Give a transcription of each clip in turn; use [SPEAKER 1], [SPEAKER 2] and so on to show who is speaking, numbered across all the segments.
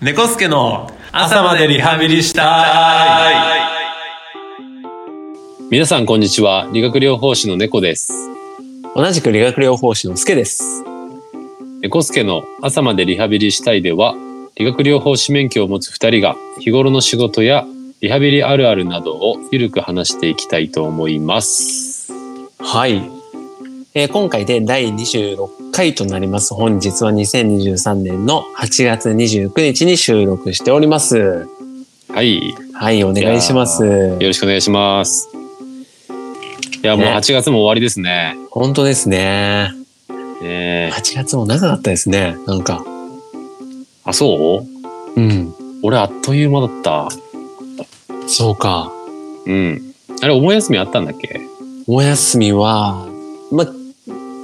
[SPEAKER 1] 猫助の朝までリハビリしたい
[SPEAKER 2] 皆さんこんにちは理学療法士の猫です
[SPEAKER 3] 同じく理学療法士のスケです。
[SPEAKER 2] 猫助の朝までリハビリしたいでは理学療法士免許を持つ2人が日頃の仕事やリハビリあるあるなどをゆるく話していきたいと思います
[SPEAKER 3] はい。えー今回で第26回となります。本日は2023年の8月29日に収録しております。
[SPEAKER 2] はいよ
[SPEAKER 3] はい、お願いします。
[SPEAKER 2] ろしくお願いしますいやもう
[SPEAKER 3] ね
[SPEAKER 2] 8月も終わりですね
[SPEAKER 3] 本当ですね。
[SPEAKER 2] ねえ
[SPEAKER 3] 8月も長かったですね。なんか。
[SPEAKER 2] あそう
[SPEAKER 3] うん。
[SPEAKER 2] 俺あっという間だった
[SPEAKER 3] そうか。
[SPEAKER 2] うんあれお盆休みあったんだっけ
[SPEAKER 3] お休みは、ま、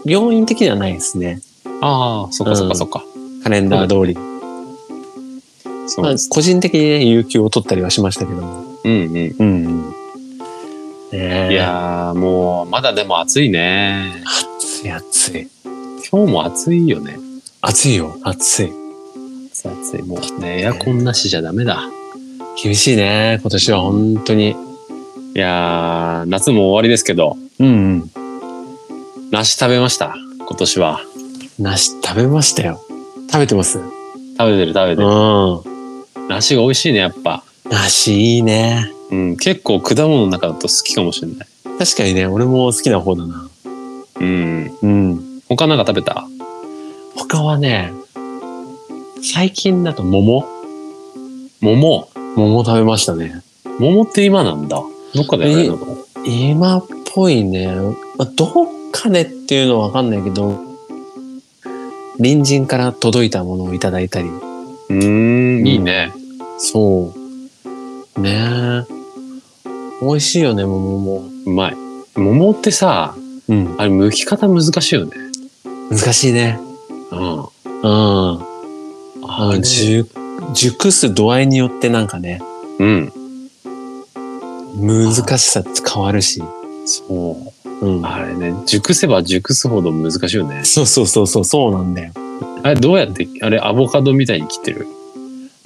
[SPEAKER 3] 病院的にはないですね。
[SPEAKER 2] ああそっかそっかそっか、
[SPEAKER 3] カレンダー通り。
[SPEAKER 2] そう
[SPEAKER 3] まあ
[SPEAKER 2] です、
[SPEAKER 3] 個人的にね、有給を取ったりはしましたけども。
[SPEAKER 2] うんうん
[SPEAKER 3] うんうん。ねえ
[SPEAKER 2] いやーもうまだでも暑いね
[SPEAKER 3] 暑い暑い。
[SPEAKER 2] 今日も暑いよね。
[SPEAKER 3] 暑いよ、暑い。
[SPEAKER 2] 暑い暑い。もうね、エアコンなしじゃダメだ。
[SPEAKER 3] 厳しいね、今年は本当に。
[SPEAKER 2] いやー、夏も終わりですけど、
[SPEAKER 3] うんうん。
[SPEAKER 2] 梨食べました。今年は。
[SPEAKER 3] 梨食べましたよ。食べてますう
[SPEAKER 2] 食べてる食べてる。
[SPEAKER 3] ん。
[SPEAKER 2] 梨が美味しいね、やっぱ。
[SPEAKER 3] 梨いいね。
[SPEAKER 2] うん、結構果物の中だと好きかもしれない。
[SPEAKER 3] 確かにね、俺も好きな方だな。
[SPEAKER 2] うん。
[SPEAKER 3] うん。
[SPEAKER 2] 他なんか食べた
[SPEAKER 3] 他はね、最近だと桃
[SPEAKER 2] 桃。
[SPEAKER 3] 桃食べましたね。
[SPEAKER 2] 桃って今なんだ。どっかでやられるの
[SPEAKER 3] 今っぽいね。まあ、どっかでっていうのはわかんないけど、隣人から届いたものをいただいたり。
[SPEAKER 2] うーん、いいね。
[SPEAKER 3] そう。ねえ。美味しいよね、桃も。
[SPEAKER 2] うまい。桃ってさ、
[SPEAKER 3] うん。
[SPEAKER 2] あれ、剥き方難しいよね。
[SPEAKER 3] 難しいね。
[SPEAKER 2] うん。
[SPEAKER 3] うん。
[SPEAKER 2] あ
[SPEAKER 3] あの、熟、熟す度合いによってなんかね、
[SPEAKER 2] うん。
[SPEAKER 3] 難しさって変わるし。
[SPEAKER 2] そう。
[SPEAKER 3] うん。
[SPEAKER 2] あれね、熟せば熟すほど難しいよね。
[SPEAKER 3] そうそうそうそう、そうなんだよ。
[SPEAKER 2] あれどうやってあれアボカドみたいに切ってる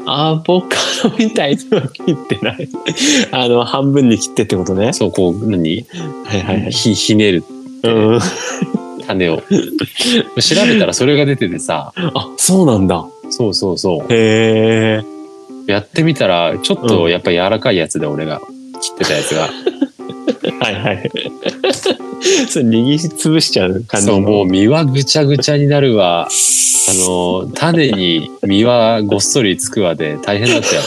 [SPEAKER 3] アボカドみたいには切ってない。 あの、半分に切ってってことね。
[SPEAKER 2] そうこう何
[SPEAKER 3] はいはいはい。
[SPEAKER 2] ひひねる
[SPEAKER 3] うん。
[SPEAKER 2] 種 を調べたらそれが出ててさ
[SPEAKER 3] あ、そうなんだ。
[SPEAKER 2] そうそうそう
[SPEAKER 3] へえ。
[SPEAKER 2] やってみたらちょっ
[SPEAKER 3] う
[SPEAKER 2] と
[SPEAKER 3] ん
[SPEAKER 2] やっぱ柔らかいやつで俺が切ってたやつ が、
[SPEAKER 3] はい はい。それ握りつぶしちゃう感じの。
[SPEAKER 2] そうもう身はぐちゃぐちゃになるわあ
[SPEAKER 3] あ
[SPEAKER 2] の種に身はごっそりつくわで大変だ ったよ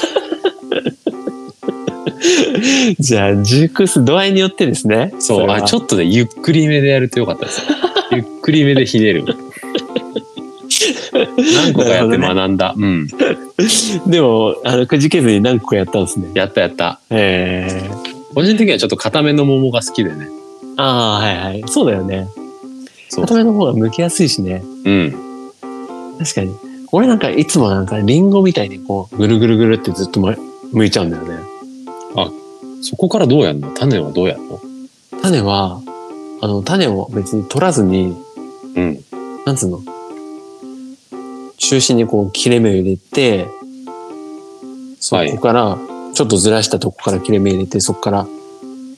[SPEAKER 3] じゃあ、熟す度合いによってですね。
[SPEAKER 2] そうあちょ
[SPEAKER 3] っ
[SPEAKER 2] っとねゆっくりめでやるとよかったです ゆっくりめでひねる何個かやって学んだ、うん
[SPEAKER 3] と。でも、あの、くじけずに何個かやったんですね。
[SPEAKER 2] やったやった
[SPEAKER 3] へえ。
[SPEAKER 2] 個人的にはちょっと固めの桃が好きでね
[SPEAKER 3] ああ、はいはい。そうだよね。
[SPEAKER 2] そう
[SPEAKER 3] 固めの方が剥きやすいしね。
[SPEAKER 2] うん。
[SPEAKER 3] 確かに。俺なんかいつもなんかリンゴみたいにこう、ぐるぐるぐるってずっとま剥いちゃうんだよね。
[SPEAKER 2] そこからどうやんの種はどうやんの
[SPEAKER 3] 種は、あの、種を別に取らずに、
[SPEAKER 2] うん。
[SPEAKER 3] なんつうの中心にこう切れ目を入れて、そ
[SPEAKER 2] はい
[SPEAKER 3] こから、ちょっとずらしたとこから切れ目入れて、そこから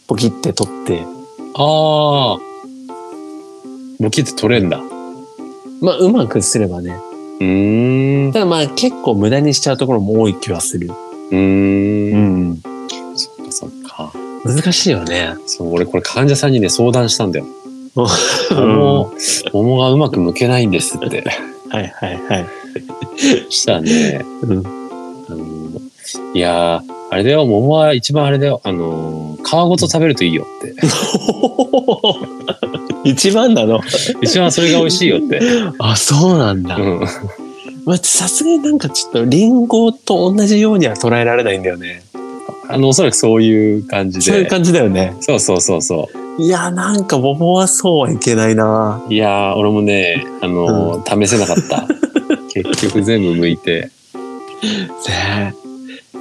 [SPEAKER 3] ポキって取って、
[SPEAKER 2] ああ。ボキって取れんだ。う
[SPEAKER 3] まあうまくすればね。
[SPEAKER 2] ーん。う
[SPEAKER 3] ただまあ結構無駄にしちゃうところも多い気はする。
[SPEAKER 2] ーん。
[SPEAKER 3] ん。
[SPEAKER 2] そっかそっか。
[SPEAKER 3] 難しいよね。
[SPEAKER 2] そう、俺これ患者さんにね、相談したんだよ。
[SPEAKER 3] お
[SPEAKER 2] 桃、桃がうまく剥けないんです って。
[SPEAKER 3] はいはいはい。
[SPEAKER 2] したらね、
[SPEAKER 3] うん。
[SPEAKER 2] あの、いやー、あれだよ、桃は一番あれだよ、あのー、皮ごと食べるといいよって。
[SPEAKER 3] 一番なの
[SPEAKER 2] 一番それが美味しいよって。
[SPEAKER 3] あ、そうなんだ。
[SPEAKER 2] うん。
[SPEAKER 3] まあさすがになんかちょっとリンゴと同じようには捉えられないんだよね。
[SPEAKER 2] あの、おそらくそういう感じで。
[SPEAKER 3] そういう感じだよね。
[SPEAKER 2] そうそうそうそう。
[SPEAKER 3] いや、なんか桃はそうはいけないな。
[SPEAKER 2] いやー、俺もね、あのー試せなか った。結局全部剥いて。
[SPEAKER 3] ねえ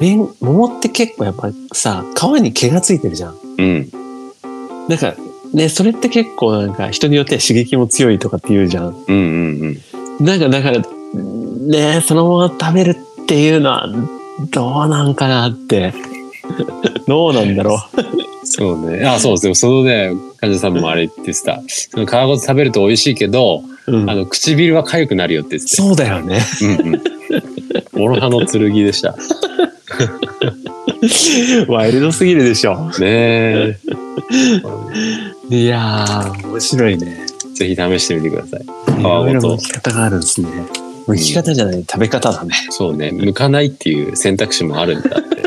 [SPEAKER 3] リン桃って結構やっぱさ、皮に毛がついてるじゃん。
[SPEAKER 2] うん。
[SPEAKER 3] なんか、ね、それって結構なんか人によっては刺激も強いとかって言うじゃん。
[SPEAKER 2] うんうんうん。
[SPEAKER 3] なんかだから、ねそのまま食べるっっていうのはどうなんかなって。 どうなんだろう。
[SPEAKER 2] そうね。あ、そうですよ。そのね、患者さんもあれ言ってた。その皮ごと食べると美味しいけど、
[SPEAKER 3] うん
[SPEAKER 2] あの、唇は痒くなるよって言って
[SPEAKER 3] そうだよ ね。
[SPEAKER 2] た。うんうん。モロハの剣でした。
[SPEAKER 3] ワイルドすぎるでしょ。
[SPEAKER 2] ねえ。
[SPEAKER 3] いやー、面白いね。
[SPEAKER 2] ぜひ試してみてください。
[SPEAKER 3] いろいろ剥き方があるんですね。剥き方じゃない、食べ方だね。
[SPEAKER 2] そうね。向かないっていう選択肢もあるんだ って。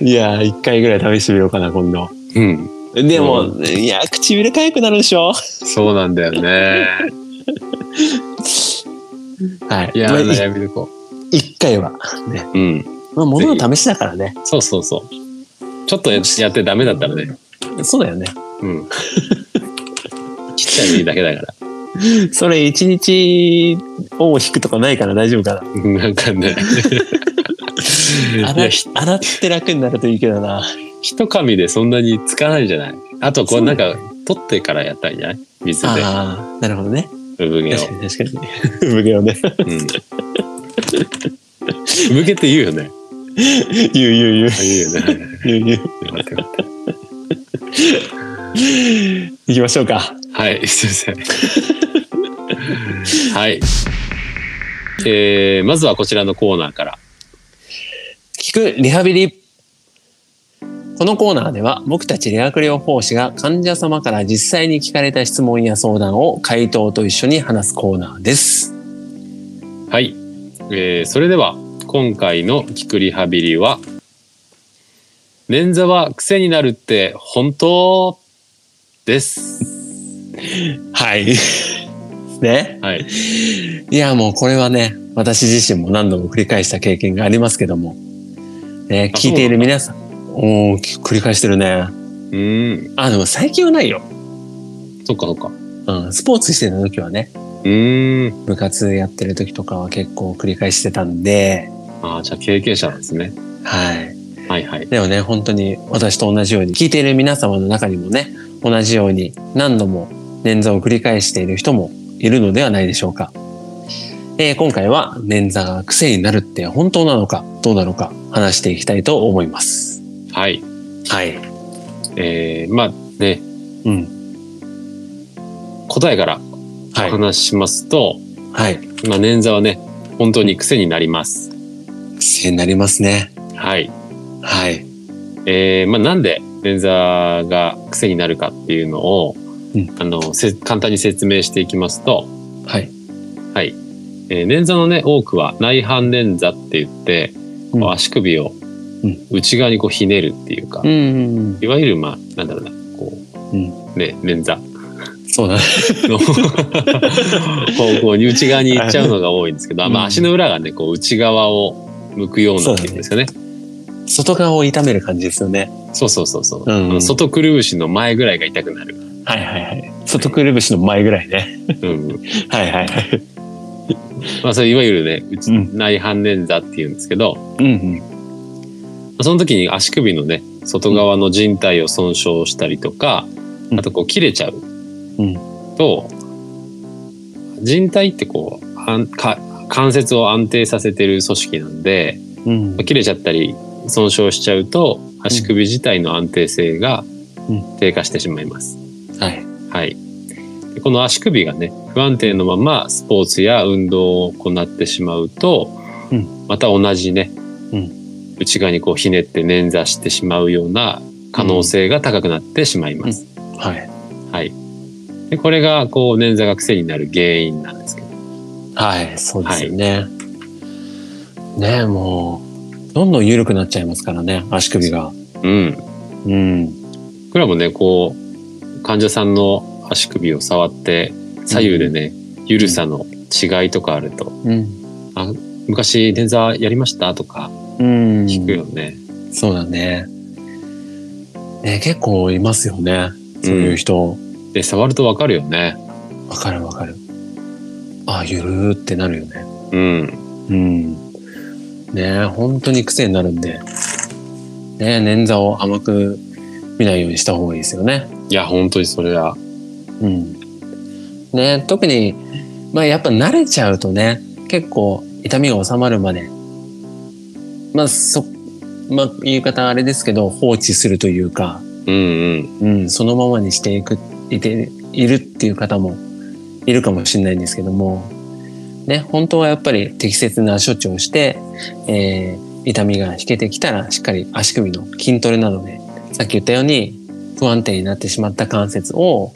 [SPEAKER 3] いやー、一回ぐらい試してみようかな、今度。
[SPEAKER 2] うん。
[SPEAKER 3] でも、
[SPEAKER 2] う
[SPEAKER 3] いやー、唇痒くなるでしょ。
[SPEAKER 2] そうなんだよね。
[SPEAKER 3] は
[SPEAKER 2] い
[SPEAKER 3] い。
[SPEAKER 2] や
[SPEAKER 3] まあ
[SPEAKER 2] ー、
[SPEAKER 3] い
[SPEAKER 2] 悩みどこ
[SPEAKER 3] 一回は。ね。
[SPEAKER 2] う。うん。
[SPEAKER 3] まあ、物の試しだからね。
[SPEAKER 2] そうそうそう。ちょっとややってダメだったらね。
[SPEAKER 3] そうだよね。
[SPEAKER 2] うん。 ちっちゃいだけだから。
[SPEAKER 3] それ一日を引くとかないから大丈夫か
[SPEAKER 2] なんか ね。
[SPEAKER 3] な。
[SPEAKER 2] い
[SPEAKER 3] 洗
[SPEAKER 2] や
[SPEAKER 3] っ洗って楽になるといいけどな。
[SPEAKER 2] 一紙でそんなにつかないじゃないあとこ
[SPEAKER 3] そうう
[SPEAKER 2] なんか取ってからやったらいいんじゃない水で
[SPEAKER 3] ああ、なるほどね。
[SPEAKER 2] 産 毛を
[SPEAKER 3] 確かに確かに。産毛をね。
[SPEAKER 2] うん産毛って言うよね
[SPEAKER 3] 言う言う言う
[SPEAKER 2] あ言うよね
[SPEAKER 3] 言う言う。
[SPEAKER 2] よかったよかっ
[SPEAKER 3] 行きましょうか。
[SPEAKER 2] た はいすいませんはいえー、まずはこちらのコーナーから
[SPEAKER 3] 聞くリハビリ。このコーナーでは僕たち理学療法士が患者様から実際に聞かれた質問や相談を回答と一緒に話すコーナーです。
[SPEAKER 2] はい、えー、それでは今回の「聞くリハビリは」捻挫は癖になるって本当です
[SPEAKER 3] はい。 ね。
[SPEAKER 2] はい
[SPEAKER 3] いや、もうこれはね、私自身も何度も繰り返した経験がありますけども。ね、
[SPEAKER 2] あ
[SPEAKER 3] 聞いている皆さん。おお繰り返してるね。
[SPEAKER 2] うん
[SPEAKER 3] あ、でも最近はないよ。
[SPEAKER 2] そっかそっか
[SPEAKER 3] うん、スポーツしてた時はね、
[SPEAKER 2] うん
[SPEAKER 3] 部活やってる時とかは結構繰り返してたんで、
[SPEAKER 2] ああ、じゃあ経験者なんですね。
[SPEAKER 3] はい。
[SPEAKER 2] はいはい。
[SPEAKER 3] でもね、本当に私と同じように、聞いている皆様の中にもね、同じように何度も捻挫を繰り返している人もいるのではないでしょうか。えー今回は捻挫が癖になるって本当なのか、どうなのか話していきたいと思います。
[SPEAKER 2] はい。
[SPEAKER 3] はい。
[SPEAKER 2] えー、まあね、
[SPEAKER 3] うん。
[SPEAKER 2] 答えからお
[SPEAKER 3] はい。
[SPEAKER 2] 話ししますと、
[SPEAKER 3] はい。
[SPEAKER 2] まあ捻挫はね、本当に癖になります。
[SPEAKER 3] 癖になりますね。
[SPEAKER 2] はい。
[SPEAKER 3] はい。
[SPEAKER 2] えー、まあなんで捻挫が癖になるかっていうのを、
[SPEAKER 3] うん
[SPEAKER 2] あの、せ簡単に説明していきますと、
[SPEAKER 3] はい。
[SPEAKER 2] はい。えー、捻挫のね、多くは内反捻挫って言って、こう足首を
[SPEAKER 3] うん
[SPEAKER 2] 内側にこうひねるっていうか、
[SPEAKER 3] うん。
[SPEAKER 2] いわゆるまあ、なんだろうな、こう、
[SPEAKER 3] うん
[SPEAKER 2] ね、捻挫
[SPEAKER 3] そうだね。
[SPEAKER 2] の方向に内側に行っちゃうのが多いんですけど、
[SPEAKER 3] うん
[SPEAKER 2] まあ、足の裏がねこう内側を向くようなっていうんですかね
[SPEAKER 3] 外側を痛める感じですよね。
[SPEAKER 2] そうそうそうそう、
[SPEAKER 3] うんうん
[SPEAKER 2] あの外くるぶしの前ぐらいが痛く なる、
[SPEAKER 3] はいはいはい。外くるぶしの前ぐらいね。
[SPEAKER 2] うん
[SPEAKER 3] はいはいはい。
[SPEAKER 2] まあ、それいわゆるね内
[SPEAKER 3] うん
[SPEAKER 2] 内反捻挫っていうんですけど
[SPEAKER 3] うんうん。
[SPEAKER 2] その時に足首のね外側の靭帯を損傷したりとか、
[SPEAKER 3] うん
[SPEAKER 2] あとこう切れちゃう
[SPEAKER 3] うん
[SPEAKER 2] と靭帯ってこうあんか関節を安定させてる組織なんで、
[SPEAKER 3] うん
[SPEAKER 2] 切れちゃったり損傷しちゃうと足首自体の安定性が
[SPEAKER 3] うん
[SPEAKER 2] 低下してしまいます。
[SPEAKER 3] はい。
[SPEAKER 2] はい。でこの足首がね不安定のままスポーツや運動を行ってしまうと、
[SPEAKER 3] うん
[SPEAKER 2] また同じね、
[SPEAKER 3] うん
[SPEAKER 2] 内側にこうひねって捻挫してしまうような可能性が高くなってしまいます。
[SPEAKER 3] はい。
[SPEAKER 2] はい。でこれがこう捻挫が癖になる原因なんですけど。
[SPEAKER 3] はい、そうですよね。ねえもう、どんどん緩くなっちゃいますからね、足首が。
[SPEAKER 2] うん。
[SPEAKER 3] うん。
[SPEAKER 2] 僕らもねこう患者さんの足首を触って左右でね、ゆるさの違いとかあると
[SPEAKER 3] うん。
[SPEAKER 2] 「昔捻挫やりました?」とか
[SPEAKER 3] うん。
[SPEAKER 2] 聞くよね。
[SPEAKER 3] そうだね。ね結構いますよね。そういう人。わ、
[SPEAKER 2] で触るとわかるよね。
[SPEAKER 3] かるわかる。あ、ゆるーってなるよね。
[SPEAKER 2] うん、
[SPEAKER 3] うん。ねえ、本当に癖になるんで。ねえ、捻挫を甘く見ないようにした方がいいですよね。
[SPEAKER 2] いや本当にそれは、
[SPEAKER 3] うん。ねえ、特に、まあやっぱ慣れちゃうとね、結構痛みが治まるまで、まあ、そ、まあ、言い方はあれですけど、放置するというか、
[SPEAKER 2] うんうん。
[SPEAKER 3] うん、そのままにしていく、いて、いるっていう方もいるかもしれないんですけども、ね、本当はやっぱり適切な処置をして、えー痛みが引けてきたら、しっかり足首の筋トレなどで、さっき言ったように不安定になってしまった関節を、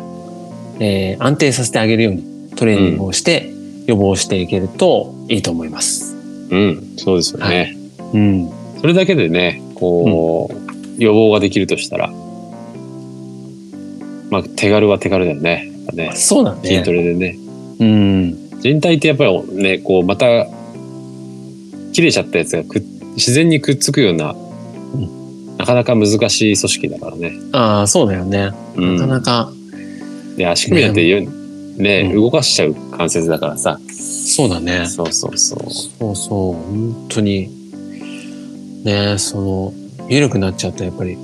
[SPEAKER 3] えー安定させてあげるようにトレーニングをして、予防していけるといいと思います。
[SPEAKER 2] うん。そうですよね。
[SPEAKER 3] はいうん。
[SPEAKER 2] それだけでね、こう、予防ができるとしたら、まあ、手軽は手軽だよね。やっぱね
[SPEAKER 3] そうなん
[SPEAKER 2] 筋トレでね。
[SPEAKER 3] うん。
[SPEAKER 2] 人体ってやっぱりね、こう、また、切れちゃったやつがくっ自然にくっつくような、なかなか難しい組織だからね。
[SPEAKER 3] ああ、そうだよね。
[SPEAKER 2] うん
[SPEAKER 3] なかなか、
[SPEAKER 2] で、足首なんてよ、ね、
[SPEAKER 3] うん
[SPEAKER 2] 動かしちゃう関節だからさ。
[SPEAKER 3] そうだね。
[SPEAKER 2] そうそうそう。
[SPEAKER 3] そうそう、本当に。ねえその、緩くなっちゃうとやっぱり、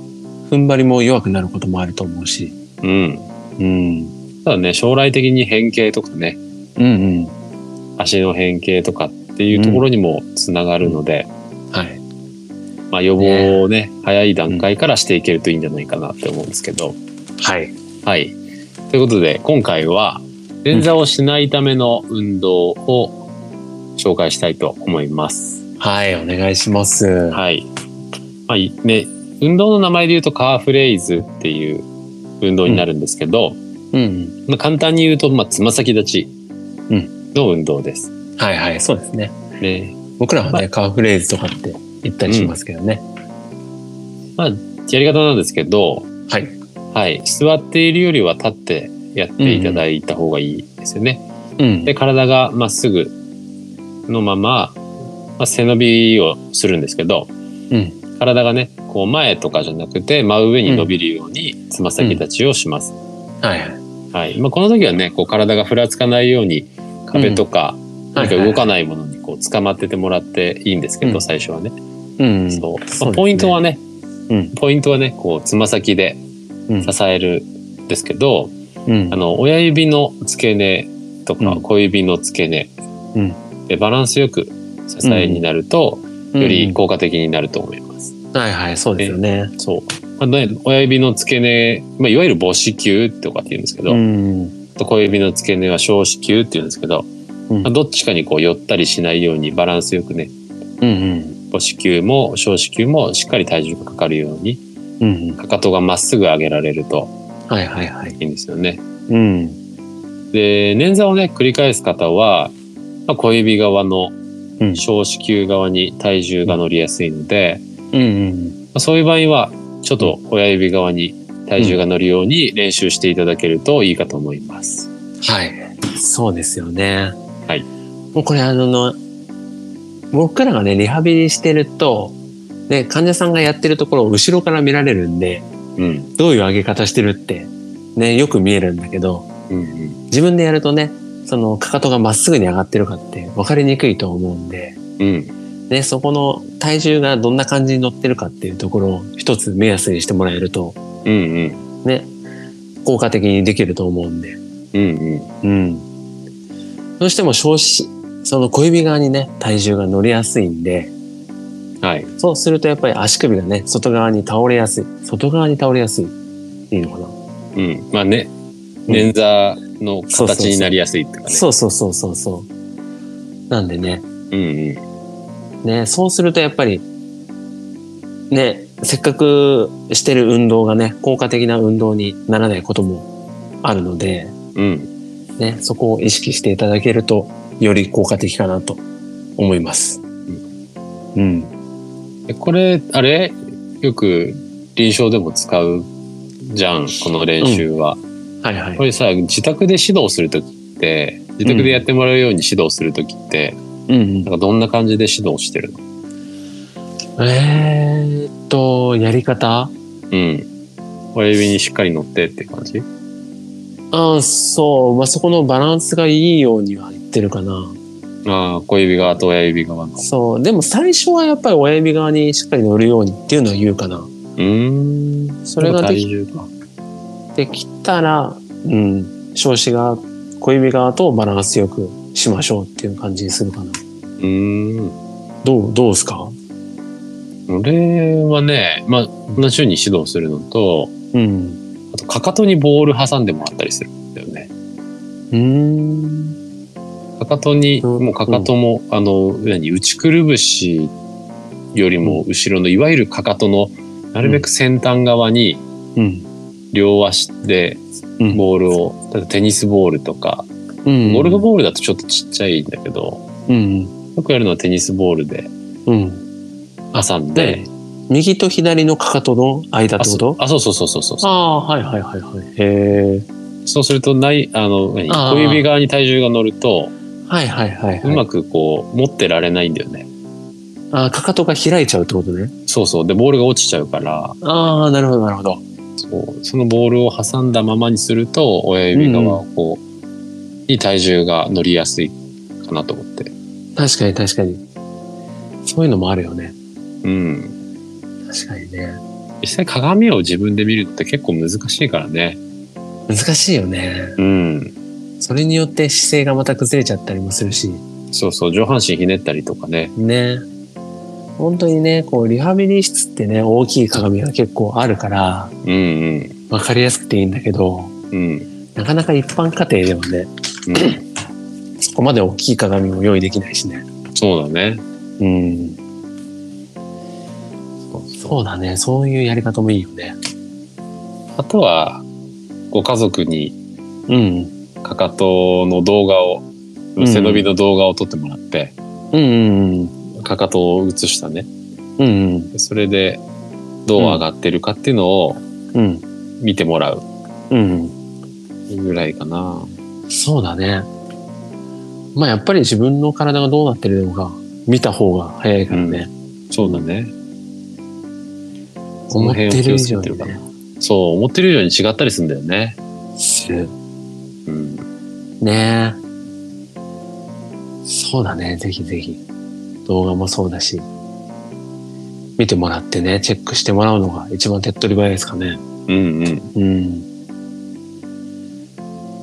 [SPEAKER 3] 踏ん張りも弱くなることもあると思うし。
[SPEAKER 2] うん。
[SPEAKER 3] うん。
[SPEAKER 2] ただね、将来的に変形とかね、
[SPEAKER 3] うんうん。
[SPEAKER 2] 足の変形とかっていうところにもつながるので、
[SPEAKER 3] はい。
[SPEAKER 2] まあ、予防をね早い段階からしていけるといいんじゃないかなって思うんですけど。
[SPEAKER 3] はい。
[SPEAKER 2] はい。ということで、今回は、捻挫をしないための運動を紹介したいと思います。
[SPEAKER 3] はい、お願いします。
[SPEAKER 2] はい。まあ、いね、運動の名前で言うとカーフレイズっていう運動になるんですけど、
[SPEAKER 3] うん
[SPEAKER 2] まあ、簡単に言うと、まあ、つま先立ち
[SPEAKER 3] う
[SPEAKER 2] の運動です。
[SPEAKER 3] うん。はいはい、そうですね。
[SPEAKER 2] ね。
[SPEAKER 3] 僕らはね、カーフレーズとかって言ったりしますけどね。
[SPEAKER 2] やり方なんですけど、
[SPEAKER 3] はい。
[SPEAKER 2] はい。座っているよりは立ってやっていただいた方がいいですよね。
[SPEAKER 3] うん
[SPEAKER 2] で、体がまっすぐのまま、まあ背伸びをするんですけど、
[SPEAKER 3] うん
[SPEAKER 2] 体がね、こう前とかじゃなくて、真上に伸びるようにつま先立ちをします。
[SPEAKER 3] はいはい。
[SPEAKER 2] はい。まあ、この時はね、こう体がふらつかないように、壁とか、なんか動かないものにこう捕まっててもらっていいんですけど、
[SPEAKER 3] うん
[SPEAKER 2] 最初はね。
[SPEAKER 3] うん。
[SPEAKER 2] そう。まあ
[SPEAKER 3] そうですね
[SPEAKER 2] ポイントはね、
[SPEAKER 3] うん
[SPEAKER 2] ポイントはね、こうつま先で
[SPEAKER 3] うん。
[SPEAKER 2] 支えるんですけど、
[SPEAKER 3] うん
[SPEAKER 2] あの親指の付け根とか
[SPEAKER 3] うん
[SPEAKER 2] 小指の付け根、でバランスよく支えになると、より効果的になると思います。
[SPEAKER 3] うんはいはい、そうですよね。
[SPEAKER 2] そうまあね親指の付け根、まあ、いわゆる母子球とかって言うんですけど、
[SPEAKER 3] ん。
[SPEAKER 2] と小指の付け根は小子球って言うんですけど、
[SPEAKER 3] うん
[SPEAKER 2] まあどっちかにこう寄ったりしないようにバランスよくね
[SPEAKER 3] うんうん。
[SPEAKER 2] 母子球も小子球もしっかり体重がかかるように
[SPEAKER 3] うんうん。
[SPEAKER 2] かかとがまっすぐ上げられると
[SPEAKER 3] はいはいはい。
[SPEAKER 2] いいんですよね。
[SPEAKER 3] うん。
[SPEAKER 2] で捻挫をね繰り返す方は、まあ、小指側の
[SPEAKER 3] うん
[SPEAKER 2] 小子宮側に体重が乗りやすいので、
[SPEAKER 3] うんうん。
[SPEAKER 2] まあそういう場合はちょっと親指側に体重が乗るように練習していただけるといいかと思います。
[SPEAKER 3] はい。そうですよね。
[SPEAKER 2] はい。
[SPEAKER 3] もうこれあの、僕らがね、リハビリしてると、ね、患者さんがやってるところを後ろから見られるんで、
[SPEAKER 2] うん、
[SPEAKER 3] どういう上げ方してるって、ね、よく見えるんだけど、
[SPEAKER 2] うん、うん
[SPEAKER 3] 自分でやるとね、その、かかとがまっすぐに上がってるかって分かりにくいと思うんで、
[SPEAKER 2] うん、
[SPEAKER 3] ね、そこの体重がどんな感じに乗ってるかっていうところを一つ目安にしてもらえると、
[SPEAKER 2] うん、うん、
[SPEAKER 3] ね、効果的にできると思うんで、
[SPEAKER 2] うん、うん、
[SPEAKER 3] うん。どうしても小指、その小指側にね、体重が乗りやすいんで、
[SPEAKER 2] はい、
[SPEAKER 3] そうするとやっぱり足首がね、外側に倒れやすい。外側に倒れやすい。いいのかな、
[SPEAKER 2] うん、まあね、捻挫の
[SPEAKER 3] そうそうそ
[SPEAKER 2] 形
[SPEAKER 3] う
[SPEAKER 2] になりやすいっていうかね。
[SPEAKER 3] そうそうそうそうそう。なんでね、
[SPEAKER 2] うん、
[SPEAKER 3] ね、そうするとやっぱり、ね、せっかくしてる運動がね、効果的な運動にならないこともあるので、
[SPEAKER 2] うん、うん、
[SPEAKER 3] ね、そこを意識していただけると、より効果的かなと思います。うん。
[SPEAKER 2] でこれあれよく臨床でも使うじゃんこの練習は。
[SPEAKER 3] はいはい
[SPEAKER 2] こ。れさ自宅で指導する時って自宅でやってもらうように指導する時って、
[SPEAKER 3] うんうん
[SPEAKER 2] なんかどんな感じで指導してるの
[SPEAKER 3] えーっと、やり方
[SPEAKER 2] うん親指にしっかり乗ってって感じ
[SPEAKER 3] あそう、まあ、そこのバランスがいいようには言ってるかな。
[SPEAKER 2] ああ小指側と親指側の
[SPEAKER 3] そう、でも最初はやっぱり親指側にしっかり乗るようにっていうのは言うかな。
[SPEAKER 2] うーん
[SPEAKER 3] それがで
[SPEAKER 2] 体
[SPEAKER 3] き
[SPEAKER 2] 重か
[SPEAKER 3] できたら、うん、小指側、小指側とバランスよくしましょうっていう感じにするかな。
[SPEAKER 2] うーん。
[SPEAKER 3] どう、どうですか
[SPEAKER 2] 俺はね、まあ、同じように指導するのと、
[SPEAKER 3] うん。
[SPEAKER 2] あと、かかとにボール挟んでもらったりするんだよね。
[SPEAKER 3] うーん。
[SPEAKER 2] かかとに、
[SPEAKER 3] うん
[SPEAKER 2] もうかかとも、あの、何、内くるぶしよりも後ろの、いわゆるかかとの、なるべく先端側に、
[SPEAKER 3] うん。
[SPEAKER 2] 両足で
[SPEAKER 3] うん
[SPEAKER 2] ボールを、例えばテニスボールとか、
[SPEAKER 3] うん。
[SPEAKER 2] ゴルフボールだとちょっとちっちゃいんだけど、
[SPEAKER 3] うん。
[SPEAKER 2] よくやるのはテニスボールで
[SPEAKER 3] うん。
[SPEAKER 2] 挟んで、
[SPEAKER 3] 右と左のかかとの間ってこと
[SPEAKER 2] あ、そうそうそうそうそう
[SPEAKER 3] あ。あー、はいはいはいはい。へえ。
[SPEAKER 2] そうすると、ない、あの、何
[SPEAKER 3] あー
[SPEAKER 2] 小指側に体重が乗ると、
[SPEAKER 3] はいはいはい、は
[SPEAKER 2] う
[SPEAKER 3] い。
[SPEAKER 2] まくこう、持ってられないんだよね。
[SPEAKER 3] あーかかとが開いちゃうってことね。
[SPEAKER 2] そうそう。で、ボールが落ちちゃうから、
[SPEAKER 3] ああ、なるほどなるほど。
[SPEAKER 2] そうそのボールを挟んだままにすると、親指側をこう、に体重が乗りやすいかなと思って。
[SPEAKER 3] 確かに確かに。そういうのもあるよね。
[SPEAKER 2] うん。
[SPEAKER 3] 確かにね。
[SPEAKER 2] 実際鏡を自分で見るのって結構難しいからね。
[SPEAKER 3] 難しいよね。
[SPEAKER 2] うん。
[SPEAKER 3] それによって姿勢がまた崩れちゃったりもするし。
[SPEAKER 2] そうそう。上半身ひねったりとかね。
[SPEAKER 3] ね。本当にね、こう、リハビリ室ってね、大きい鏡が結構あるから、
[SPEAKER 2] うんうん。
[SPEAKER 3] わかりやすくていいんだけど、
[SPEAKER 2] うん。
[SPEAKER 3] なかなか一般家庭ではね、
[SPEAKER 2] うん、
[SPEAKER 3] そこまで大きい鏡も用意できないしね。
[SPEAKER 2] そうだね。
[SPEAKER 3] うん。そうだね。そういうやり方もいいよね。
[SPEAKER 2] あとは、ご家族に
[SPEAKER 3] うん。
[SPEAKER 2] かかとの動画を、
[SPEAKER 3] うん
[SPEAKER 2] 背伸びの動画を撮ってもらって、
[SPEAKER 3] うんうん
[SPEAKER 2] かかとを映したね。
[SPEAKER 3] うん。うん
[SPEAKER 2] でそれで、どう上がってるかっていうのを
[SPEAKER 3] うん。
[SPEAKER 2] 見てもらう
[SPEAKER 3] うん。
[SPEAKER 2] ぐらいかな。
[SPEAKER 3] そうだね。まあやっぱり自分の体がどうなってるのか見た方が早いからね。
[SPEAKER 2] そうだね。こ
[SPEAKER 3] 思
[SPEAKER 2] の
[SPEAKER 3] って
[SPEAKER 2] 辺を気
[SPEAKER 3] る
[SPEAKER 2] を
[SPEAKER 3] 以
[SPEAKER 2] つけ
[SPEAKER 3] 上
[SPEAKER 2] てる
[SPEAKER 3] に
[SPEAKER 2] かな
[SPEAKER 3] ね。。
[SPEAKER 2] そう、思ってる以上に違ったりするんだよね。
[SPEAKER 3] する。
[SPEAKER 2] うん。
[SPEAKER 3] ねえ。そうだね。ぜひぜひ。動画もそうだし。見てもらってね、チェックしてもらうのが一番手っ取り早いですかね。
[SPEAKER 2] うんうん。
[SPEAKER 3] うん。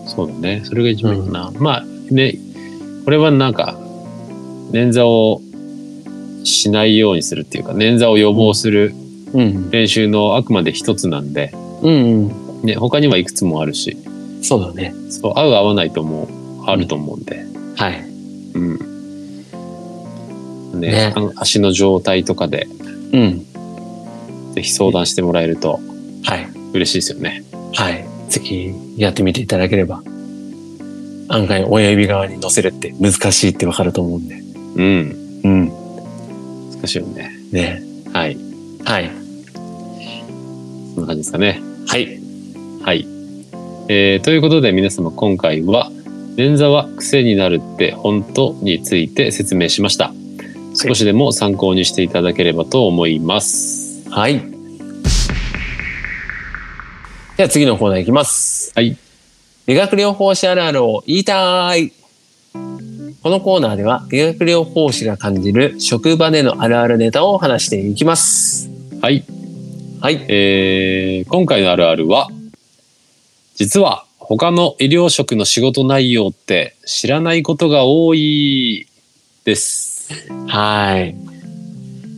[SPEAKER 2] そうだね。それが一番いいかな。まあ、ね、これはなんか、捻挫をしないようにするっていうか、捻挫を予防する
[SPEAKER 3] うん。
[SPEAKER 2] 練習のあくまで一つなんで、
[SPEAKER 3] うん、うん。
[SPEAKER 2] ね、他にはいくつもあるし、
[SPEAKER 3] そうだね。
[SPEAKER 2] そう、合う合わないともあると思うんで。
[SPEAKER 3] はい。
[SPEAKER 2] うん。ね、
[SPEAKER 3] ね
[SPEAKER 2] あの足の状態とかで、
[SPEAKER 3] うん。
[SPEAKER 2] ぜひ相談してもらえると
[SPEAKER 3] はい。
[SPEAKER 2] 嬉しいですよね。
[SPEAKER 3] はい。次、やってみていただければ。案外、親指側に乗せるって難しいってわかると思うんで。
[SPEAKER 2] うん。
[SPEAKER 3] うん。
[SPEAKER 2] 難しいよね。
[SPEAKER 3] ね
[SPEAKER 2] はい。
[SPEAKER 3] はい。
[SPEAKER 2] そんな感じですかね。
[SPEAKER 3] はい。
[SPEAKER 2] はい。えーということで皆様今回は、捻挫は癖になるって本当について説明しました。少しでも参考にしていただければと思います。
[SPEAKER 3] はい。では次のコーナーいきます。
[SPEAKER 2] はい。
[SPEAKER 3] 理学療法士あるあるを言いたい。このコーナーでは、理学療法士が感じる職場でのあるあるネタを話していきます。
[SPEAKER 2] はい。
[SPEAKER 3] はい。
[SPEAKER 2] えー今回のあるあるは、実は他の医療職の仕事内容って知らないことが多いです。
[SPEAKER 3] はい。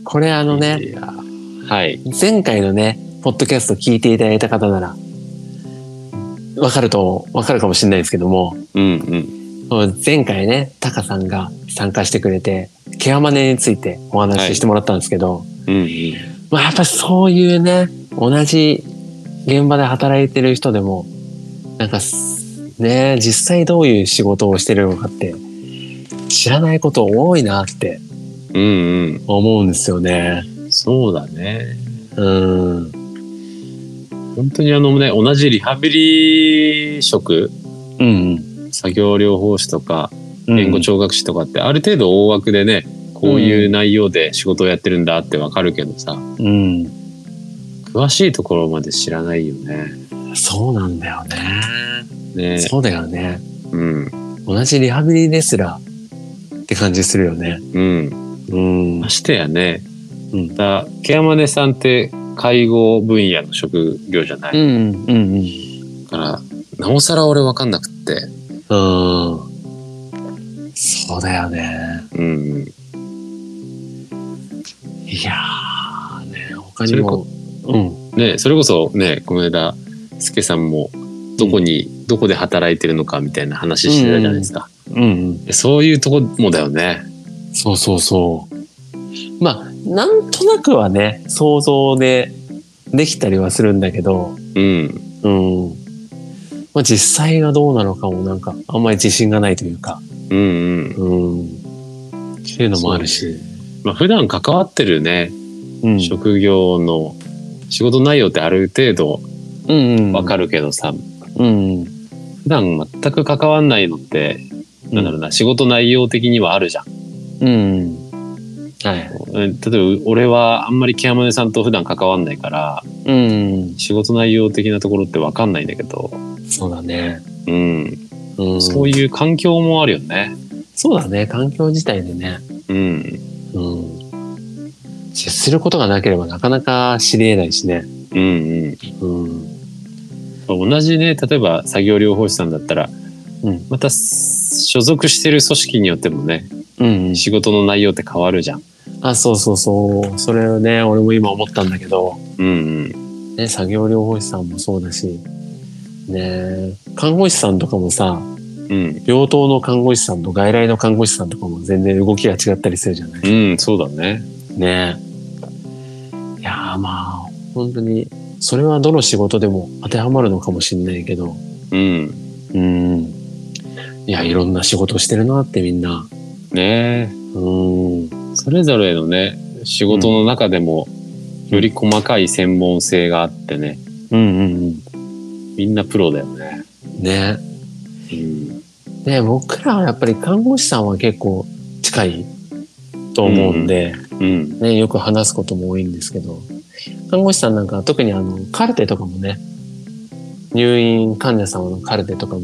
[SPEAKER 3] これあのね、
[SPEAKER 2] いやーはい。
[SPEAKER 3] 前回のね、ポッドキャスト聞いていただいた方なら、わかると、わかるかもしれないですけども、
[SPEAKER 2] うんうん。
[SPEAKER 3] 前回ね、タカさんが参加してくれて、ケアマネについてお話ししてもらったんですけど、
[SPEAKER 2] うんうん。
[SPEAKER 3] まあやっぱそういうね、同じ現場で働いてる人でも、なんかす、ね、実際どういう仕事をしてるのかって、知らないこと多いなって
[SPEAKER 2] うん
[SPEAKER 3] 思うんですよね。
[SPEAKER 2] うん。そうだね。
[SPEAKER 3] うん。
[SPEAKER 2] 本当にあのね、同じリハビリ職、
[SPEAKER 3] うん。
[SPEAKER 2] 作業療法士とか、
[SPEAKER 3] うん
[SPEAKER 2] 言語聴覚士とかって、ある程度大枠でね、こういう内容で仕事をやってるんだってわかるけどさ、
[SPEAKER 3] うん。
[SPEAKER 2] 詳しいところまで知らないよね。
[SPEAKER 3] そうなんだよね。
[SPEAKER 2] ね
[SPEAKER 3] そうだよね。
[SPEAKER 2] うん。
[SPEAKER 3] 同じリハビリですらって感じするよね。
[SPEAKER 2] うん、
[SPEAKER 3] うん
[SPEAKER 2] ま。してやね、
[SPEAKER 3] うん
[SPEAKER 2] またケアマネさんって介護分野の職業じゃない、
[SPEAKER 3] うんうんうん。
[SPEAKER 2] からなおさら俺分かんなくって
[SPEAKER 3] うん。そそうだよね。
[SPEAKER 2] うん。
[SPEAKER 3] いやーね、他
[SPEAKER 2] そ
[SPEAKER 3] に
[SPEAKER 2] れ
[SPEAKER 3] も
[SPEAKER 2] こ。
[SPEAKER 3] うん。
[SPEAKER 2] ねそれこそね、この間、スケさんも、どこに、どこで働いてるのかみたいな話してたじゃないですか。
[SPEAKER 3] うんうん。
[SPEAKER 2] そういうとこもだよね。
[SPEAKER 3] そうそうそう。まあ、なんとなくはね、想像でできたりはするんだけど、
[SPEAKER 2] うん。
[SPEAKER 3] うん。まあ実際がどうなのかもなんか、あんまり自信がないというか、
[SPEAKER 2] うんうん。
[SPEAKER 3] うん。っていうのもあるし。
[SPEAKER 2] まあ、普段関わってるね、
[SPEAKER 3] うん
[SPEAKER 2] 職業の仕事内容ってある程度
[SPEAKER 3] うんうん。
[SPEAKER 2] わか
[SPEAKER 3] る。
[SPEAKER 2] るけどさ、
[SPEAKER 3] うん。
[SPEAKER 2] 普段全く関わんないのって、なんだろう
[SPEAKER 3] う
[SPEAKER 2] な、仕事内容的にはあるじゃん。
[SPEAKER 3] うん。はい。
[SPEAKER 2] うん例えば、俺はあんまりケアマネさんと普段関わんないから、
[SPEAKER 3] うん。
[SPEAKER 2] 仕事内容的なところってわかんないんだけど、
[SPEAKER 3] そうだね。
[SPEAKER 2] うん。
[SPEAKER 3] うん。
[SPEAKER 2] そういう環境もあるよね。
[SPEAKER 3] そうだね。環境自体でね。
[SPEAKER 2] うん。
[SPEAKER 3] うん。接することがなければなかなか知り得ないしね。
[SPEAKER 2] うんうん。
[SPEAKER 3] うん。
[SPEAKER 2] 同じね、例えば作業療法士さんだったら、
[SPEAKER 3] うん
[SPEAKER 2] また所属してる組織によってもね、
[SPEAKER 3] うん。
[SPEAKER 2] 仕事の内容って変わるじゃん。
[SPEAKER 3] あ、そうそうそう。それをね、俺も今思ったんだけど、
[SPEAKER 2] うんうん。
[SPEAKER 3] ね、作業療法士さんもそうだし、ね、看護師さんとかもさ、
[SPEAKER 2] うん。
[SPEAKER 3] 病棟の看護師さんと外来の看護師さんとかも全然動きが違ったりするじゃない
[SPEAKER 2] うん、そうだね。
[SPEAKER 3] ねいやーまあ、本当に、それはどの仕事でも当てはまるのかもしれないけど、
[SPEAKER 2] うん。
[SPEAKER 3] うん。いや、いろんな仕事をしてるなってみんな。
[SPEAKER 2] ねえ
[SPEAKER 3] うん。
[SPEAKER 2] それぞれのね、仕事の中でも、より細かい専門性があってね、
[SPEAKER 3] うんうん
[SPEAKER 2] みんなプロだよね。
[SPEAKER 3] うん。ね。
[SPEAKER 2] うん。
[SPEAKER 3] ね僕らはやっぱり看護師さんは結構近いと思うんで、
[SPEAKER 2] うん。
[SPEAKER 3] ね、よく話すことも多いんですけど、看護師さんなんかは特にあの、カルテとかもね、入院患者さんのカルテとかも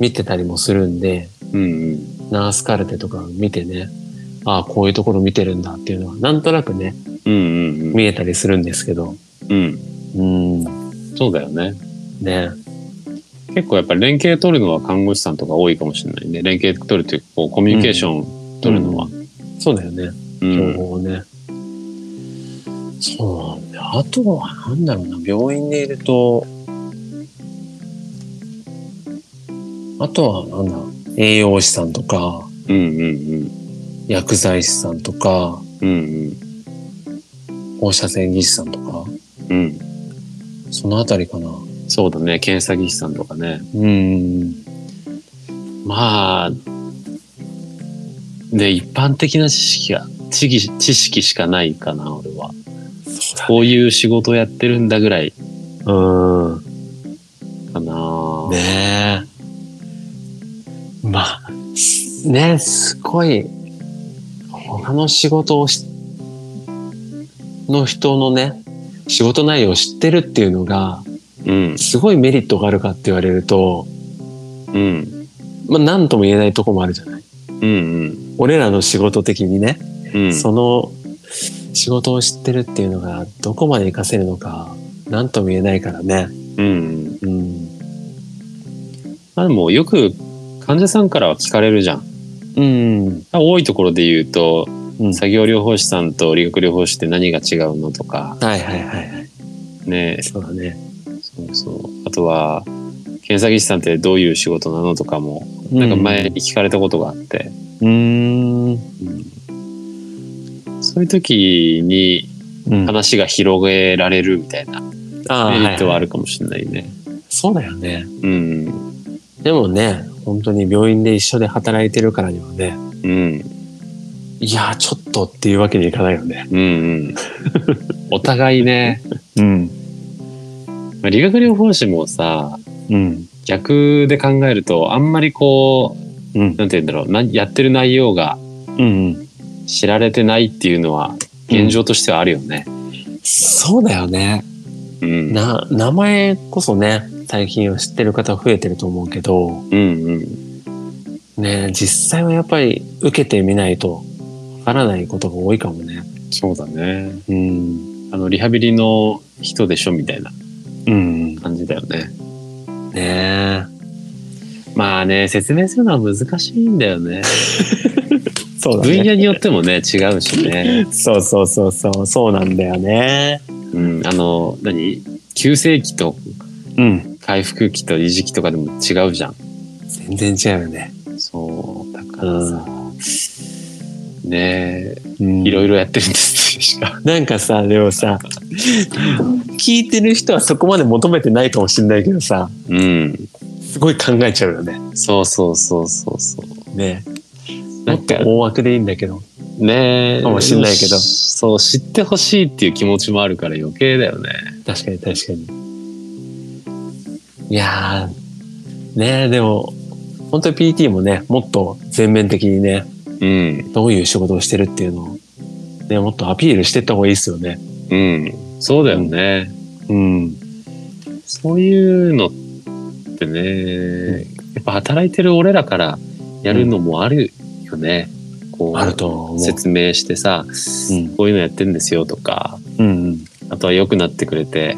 [SPEAKER 3] 見てたりもするんで、
[SPEAKER 2] うん。
[SPEAKER 3] ナースカルテとか見てね、ああ、こういうところ見てるんだっていうのは、なんとなくね、
[SPEAKER 2] うん。うん。うん
[SPEAKER 3] 見えたりするんですけど、
[SPEAKER 2] うん。
[SPEAKER 3] うん、
[SPEAKER 2] そうだよね。
[SPEAKER 3] ね、
[SPEAKER 2] 結構やっぱり連携取るのは看護師さんとか多いかもしれないね。連携取るというかこうコミュニケーション取るのは。
[SPEAKER 3] そうだよね、
[SPEAKER 2] うん。
[SPEAKER 3] 情報をね。そうなんだよ。あとは、なんだろうな、病院でいると、あとは、なんだ、栄養士さんとか、
[SPEAKER 2] うんうん
[SPEAKER 3] 薬剤師さんとか、
[SPEAKER 2] うん。うん
[SPEAKER 3] 放射線技師さんとか、
[SPEAKER 2] うん。うん。
[SPEAKER 3] そのあたりかな。
[SPEAKER 2] そうだね。検査技師さんとかね。
[SPEAKER 3] うん。
[SPEAKER 2] まあ、ね、一般的な知識が、知識知識しかないかな、俺は。
[SPEAKER 3] そう
[SPEAKER 2] こういう仕事をやってるんだぐらい
[SPEAKER 3] だ。うん。
[SPEAKER 2] かな。
[SPEAKER 3] ねえ。まあ、すねえ、すごい、他の仕事をし、の人のね、仕事内容を知ってるっていうのが、
[SPEAKER 2] うん。
[SPEAKER 3] すごいメリットがあるかって言われると、
[SPEAKER 2] うん。
[SPEAKER 3] まあ、なんとも言えないとこもあるじゃない。
[SPEAKER 2] うん
[SPEAKER 3] 俺らの仕事的にね、
[SPEAKER 2] うん。うん。
[SPEAKER 3] その仕事を知ってるっていうのが、どこまで活かせるのか、なんとも言えないからね。
[SPEAKER 2] うん。
[SPEAKER 3] うん。
[SPEAKER 2] まあでもよく患者さんからは聞かれるじゃん。
[SPEAKER 3] うん。
[SPEAKER 2] 多いところで言うと、
[SPEAKER 3] うん
[SPEAKER 2] 作業療法士さんと理学療法士って何が違うのとか、
[SPEAKER 3] はいはいはいはい。
[SPEAKER 2] ね、
[SPEAKER 3] そうだね。
[SPEAKER 2] そうそう。あとは、検査技師さんってどういう仕事なのとかも、なんか前に聞かれたことがあって、
[SPEAKER 3] うん。うん。
[SPEAKER 2] そういう時に
[SPEAKER 3] うん
[SPEAKER 2] 話が広げられるみたいなメ
[SPEAKER 3] ああ
[SPEAKER 2] リットはあ
[SPEAKER 3] いい
[SPEAKER 2] るかもしれないね。
[SPEAKER 3] そうだよね。
[SPEAKER 2] うん。
[SPEAKER 3] でもね、本当に病院で一緒で働いてるからにはね、
[SPEAKER 2] うん。
[SPEAKER 3] いやーちょっとっていうわけにいかないよね。
[SPEAKER 2] うんうん。お互いね、
[SPEAKER 3] うん。
[SPEAKER 2] まあ理学療法士もさ、
[SPEAKER 3] うん。
[SPEAKER 2] 逆で考えると、あんまりこ
[SPEAKER 3] う
[SPEAKER 2] う、
[SPEAKER 3] ん。
[SPEAKER 2] なんて言うんだろう、なやってる内容が
[SPEAKER 3] うん。
[SPEAKER 2] 知られてないっていうのは現状としてはあるよね。
[SPEAKER 3] そうだよね。
[SPEAKER 2] うん。
[SPEAKER 3] な、名前こそね、最近は知ってる方増えてると思うけど、
[SPEAKER 2] うんうん。
[SPEAKER 3] ね、実際はやっぱり受けてみないとわからないことが多いかもね。
[SPEAKER 2] そうだね。
[SPEAKER 3] うん。
[SPEAKER 2] あの、リハビリの人でしょみたいな
[SPEAKER 3] うん。
[SPEAKER 2] 感じだよね。
[SPEAKER 3] ねえ。
[SPEAKER 2] まあね、説明するのは難しいんだよね。
[SPEAKER 3] そうだ
[SPEAKER 2] 分
[SPEAKER 3] ね。
[SPEAKER 2] 野によってもね、違うしね。
[SPEAKER 3] そうそうそうそう、そうなんだよね。
[SPEAKER 2] うん、あの、何急性期と
[SPEAKER 3] うん。
[SPEAKER 2] 回復期と維持期とかでも違うじゃん。
[SPEAKER 3] 全然違うよね。
[SPEAKER 2] そう、だからさ、ねえ、
[SPEAKER 3] うん
[SPEAKER 2] いろいろやってるんですしか。
[SPEAKER 3] なんかさ、でもさ、聞いてる人はそこまで求めてないかもしれないけどさ、
[SPEAKER 2] うん。
[SPEAKER 3] すごい考えちゃうよね。
[SPEAKER 2] そうそうそうそうそう。
[SPEAKER 3] ね。も
[SPEAKER 2] な
[SPEAKER 3] っ
[SPEAKER 2] んか
[SPEAKER 3] と大枠でいいんだけど。
[SPEAKER 2] ねえ。
[SPEAKER 3] かもしんないけど
[SPEAKER 2] そう、知ってほしいっていう気持ちもあるから余計だよね。
[SPEAKER 3] 確かに確かに。いやー、ねでも、本当に PT もね、もっと全面的にね、
[SPEAKER 2] うん。
[SPEAKER 3] どういう仕事をしてるっていうのを、ね、もっとアピールしてった方がいいですよね。
[SPEAKER 2] うん。そうだよね。
[SPEAKER 3] うん。
[SPEAKER 2] そういうのってね、やっぱ働いてる俺らからやるのもあるよね。こう
[SPEAKER 3] あると思う。
[SPEAKER 2] 説明してさ、
[SPEAKER 3] うん
[SPEAKER 2] こういうのやってんですよとか、
[SPEAKER 3] うん
[SPEAKER 2] あとは良くなってくれて、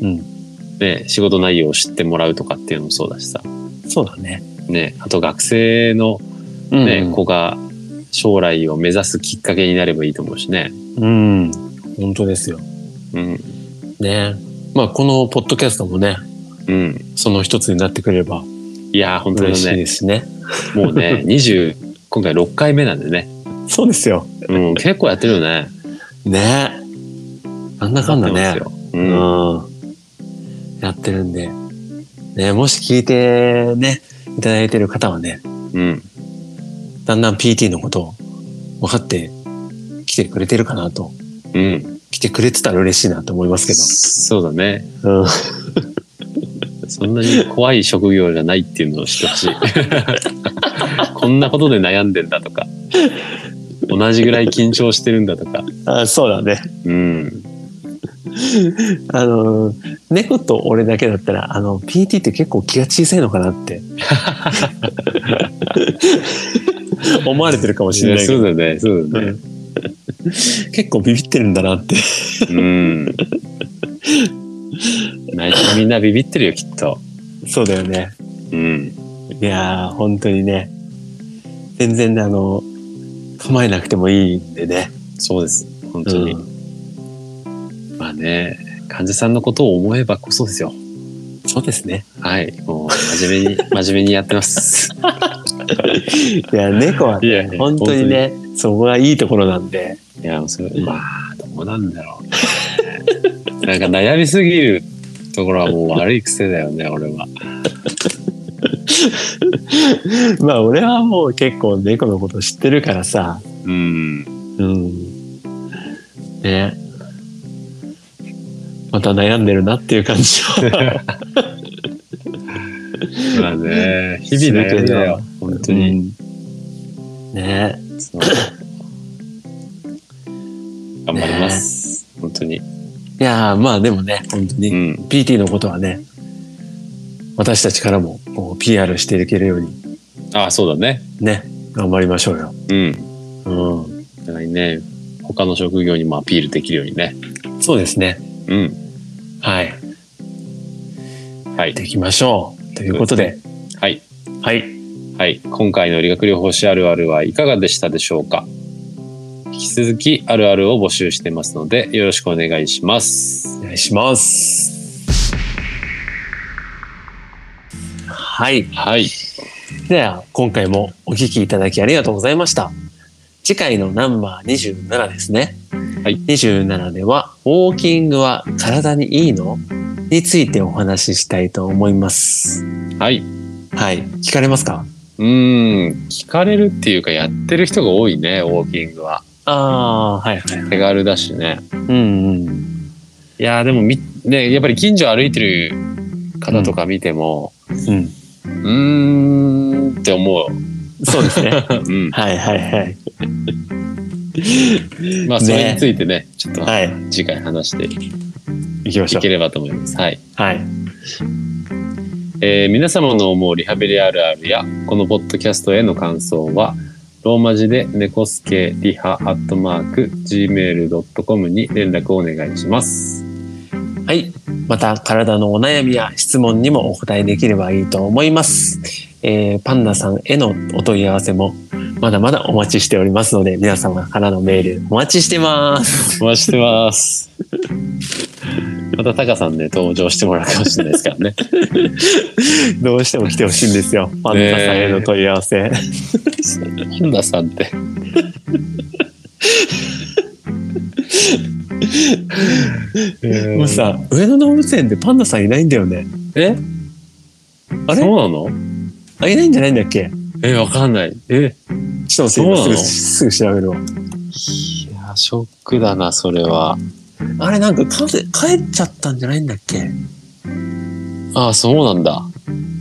[SPEAKER 3] うん。
[SPEAKER 2] ね、仕事内容を知ってもらうとかっていうのもそうだしさ、
[SPEAKER 3] そうだね。
[SPEAKER 2] ね、あと学生の、
[SPEAKER 3] うん
[SPEAKER 2] ね子が将来を目指すきっかけになればいいと思うしね。
[SPEAKER 3] うん。本当ですよ。
[SPEAKER 2] うん。
[SPEAKER 3] ねまあ、このポッドキャストもね、
[SPEAKER 2] うん。
[SPEAKER 3] その一つになってくれれば
[SPEAKER 2] いやー、本当
[SPEAKER 3] 嬉
[SPEAKER 2] に
[SPEAKER 3] しい
[SPEAKER 2] ね
[SPEAKER 3] で、すね。
[SPEAKER 2] もう ね、20、今回6回目なんでね。
[SPEAKER 3] そうですよ。
[SPEAKER 2] うん、結構やってるよね。
[SPEAKER 3] ねなんだかんだ
[SPEAKER 2] やっ
[SPEAKER 3] ね
[SPEAKER 2] て。ますよ
[SPEAKER 3] う
[SPEAKER 2] うん。
[SPEAKER 3] ん。やってるんで。ねもし聞いてね、いただいてる方はね、
[SPEAKER 2] うん。
[SPEAKER 3] だんだん PT のことを分かって来てくれてるかなと。
[SPEAKER 2] うん。
[SPEAKER 3] 来てくれてたら嬉しいなと思いますけ
[SPEAKER 2] そうだね。
[SPEAKER 3] ど。うん。
[SPEAKER 2] そんなに怖い職業じゃないっていうのを知ってほしい。こんなことで悩んでんだとか、同じぐらい緊張してるんだとか。
[SPEAKER 3] あそうだね。
[SPEAKER 2] うん。
[SPEAKER 3] あのー、猫と俺だけだったら、あの、PT って結構気が小さいのかな って。思われてるかもしれないけ
[SPEAKER 2] そ
[SPEAKER 3] ど
[SPEAKER 2] うだね、そうだね。
[SPEAKER 3] 結構ビビってるんだなって。
[SPEAKER 2] うん。内緒みんなビビってるよ、きっと。
[SPEAKER 3] そうだよね。
[SPEAKER 2] うん。
[SPEAKER 3] いやー、本当にね。全然ね、あの、構えなくてもいいんでね。
[SPEAKER 2] そうです。本当に。まあね、患者さんのことを思えばこそですよ。
[SPEAKER 3] そうですね。
[SPEAKER 2] はい。もう、真面目に、真面目にやってます。
[SPEAKER 3] いや、猫はね、
[SPEAKER 2] や
[SPEAKER 3] 本当に。ね、そこがいいところなんで。
[SPEAKER 2] いや、それ、まあ、どうなんだろう。 なんか悩みすぎるところはもう悪い癖だよね、俺は。
[SPEAKER 3] まあ、俺はもう結構猫のこと知ってるからさ。
[SPEAKER 2] うん。
[SPEAKER 3] うん。ね。また悩んでるなっていう感じ は。
[SPEAKER 2] まあね、日々悩みだよ、本当に。
[SPEAKER 3] うんね
[SPEAKER 2] そう頑張ります。本当に。
[SPEAKER 3] いやーまあでもね、本当に
[SPEAKER 2] う。ん。
[SPEAKER 3] PT のことはね、私たちからもこう PR していけるように
[SPEAKER 2] ああ、そうだね。
[SPEAKER 3] ね、頑張りましょうよ。
[SPEAKER 2] うん。
[SPEAKER 3] う
[SPEAKER 2] お互いね、他の職業にもアピールできるようにね。
[SPEAKER 3] ん。そうですね。
[SPEAKER 2] うん。
[SPEAKER 3] はい。
[SPEAKER 2] はい
[SPEAKER 3] で。きましょう。ということで、
[SPEAKER 2] はい。
[SPEAKER 3] はい。
[SPEAKER 2] はい。今回の理学療法士あるあるはいかがでしたでしょうか引き続きあるあるを募集してますので、よろしくお願いします
[SPEAKER 3] お。願いします。はい。
[SPEAKER 2] はい。
[SPEAKER 3] では、今回もお聞きいただきありがとうございました。次回のナンバー27ですね。
[SPEAKER 2] はい
[SPEAKER 3] 27では、ウォーキングは体にいいのについてお話ししたいと思います。
[SPEAKER 2] はい。う
[SPEAKER 3] はい。聞かれますか
[SPEAKER 2] ーん。聞かれるっていうか、やってる人が多いね、ウォーキングは。
[SPEAKER 3] ああー、はいはい。
[SPEAKER 2] 手軽だしね。
[SPEAKER 3] うんうん。
[SPEAKER 2] いやーでもみ、ね、やっぱり近所歩いてる方とか見ても、
[SPEAKER 3] うん。
[SPEAKER 2] うーんって思う。
[SPEAKER 3] そうですね。
[SPEAKER 2] うん。
[SPEAKER 3] はいはいはい。
[SPEAKER 2] まあ、それについてね、ちょっと
[SPEAKER 3] はい。
[SPEAKER 2] 次回話してい
[SPEAKER 3] 行きましょう
[SPEAKER 2] け。ればと思います。はい。
[SPEAKER 3] はい。
[SPEAKER 2] えー皆様の思うリハビリあるあるや、このポッドキャストへの感想は、ローマ字で猫助リハアットマーク gmail.com に連絡をお願いします。
[SPEAKER 3] はい。また、体のお悩みや質問にもお答えできればいいと思います。えーパンダさんへのお問い合わせもまだまだお待ちしておりますので、皆様からのメールお待ちして ます。
[SPEAKER 2] お待ちしてます。 またタカさんね登場してもらうかもしれないですからね。
[SPEAKER 3] どうしても来てほしいんですよ。パンダさんへの問い合わせ。
[SPEAKER 2] 本田さんって
[SPEAKER 3] もうさ、上野動物園でパンダさんいないんだよね。
[SPEAKER 2] え
[SPEAKER 3] あれ
[SPEAKER 2] そうなの？
[SPEAKER 3] あ、いないんじゃないんだっけ
[SPEAKER 2] えわかんない。え
[SPEAKER 3] ちょっと待って
[SPEAKER 2] そうなの
[SPEAKER 3] 今すぐ、すぐ調べるわ。
[SPEAKER 2] いやショックだなそれは。
[SPEAKER 3] あれなんかかぜ帰っちゃったんじゃないんだっけ
[SPEAKER 2] ああそうなんだ。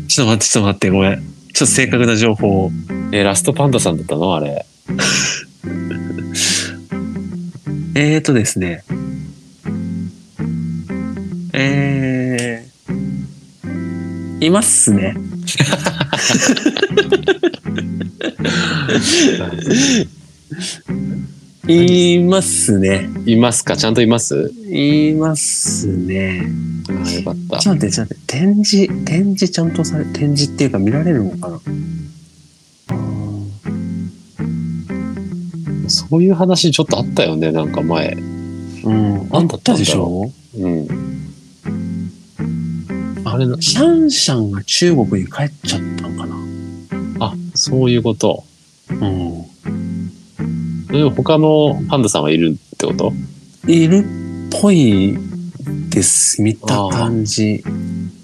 [SPEAKER 3] ちょっと待って、ちょっと待って、ごめん。ちょっと正確な情報を。
[SPEAKER 2] えラストパンダさんだったのあれ。
[SPEAKER 3] えーとですね。えー、いますね。いますね。
[SPEAKER 2] いますかちゃんといます？
[SPEAKER 3] いますね。
[SPEAKER 2] ああよかった
[SPEAKER 3] ち。ょっと待って、ちょっと待って、展示、展示ちゃんとされ、展示っていうか見られるのかな
[SPEAKER 2] そういう話ちょっとあったよねなんか前。
[SPEAKER 3] うん。
[SPEAKER 2] なんだったんだろう
[SPEAKER 3] でしょ
[SPEAKER 2] うん。
[SPEAKER 3] あ
[SPEAKER 2] あれな
[SPEAKER 3] シャンシャンが中国に帰っちゃったのかな
[SPEAKER 2] あそういうこと。
[SPEAKER 3] うん。
[SPEAKER 2] でも他のパンダさんはいるってこと？
[SPEAKER 3] いるっぽいです。見た感じ。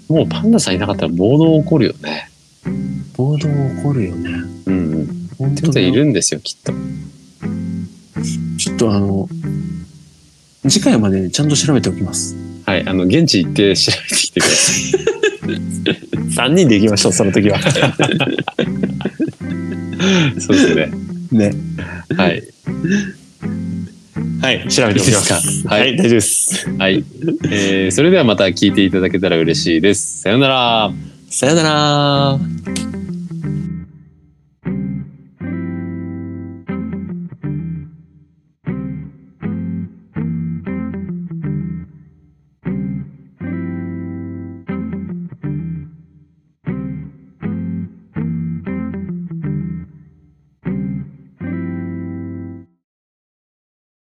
[SPEAKER 2] もうパンダさんいなかったら暴動起こるよね。
[SPEAKER 3] 暴動起こるよね。
[SPEAKER 2] うんうん。
[SPEAKER 3] 本
[SPEAKER 2] って
[SPEAKER 3] 当
[SPEAKER 2] こと
[SPEAKER 3] だ
[SPEAKER 2] はいるんですよきっと。
[SPEAKER 3] ちょっとあの、次回までちゃんと調べておきます。
[SPEAKER 2] はい、あの現地行って調べてきてください。
[SPEAKER 3] 3人で行きましょう、その時は。
[SPEAKER 2] そうですね。
[SPEAKER 3] ね。
[SPEAKER 2] はい、
[SPEAKER 3] はい、調べ
[SPEAKER 2] て
[SPEAKER 3] て
[SPEAKER 2] お
[SPEAKER 3] お
[SPEAKER 2] き
[SPEAKER 3] き
[SPEAKER 2] ま
[SPEAKER 3] ますす。
[SPEAKER 2] はい
[SPEAKER 3] 大丈夫です。
[SPEAKER 2] はい、えーそれではまた聞いていただけたら嬉しいです。さようなら。
[SPEAKER 3] さよなら。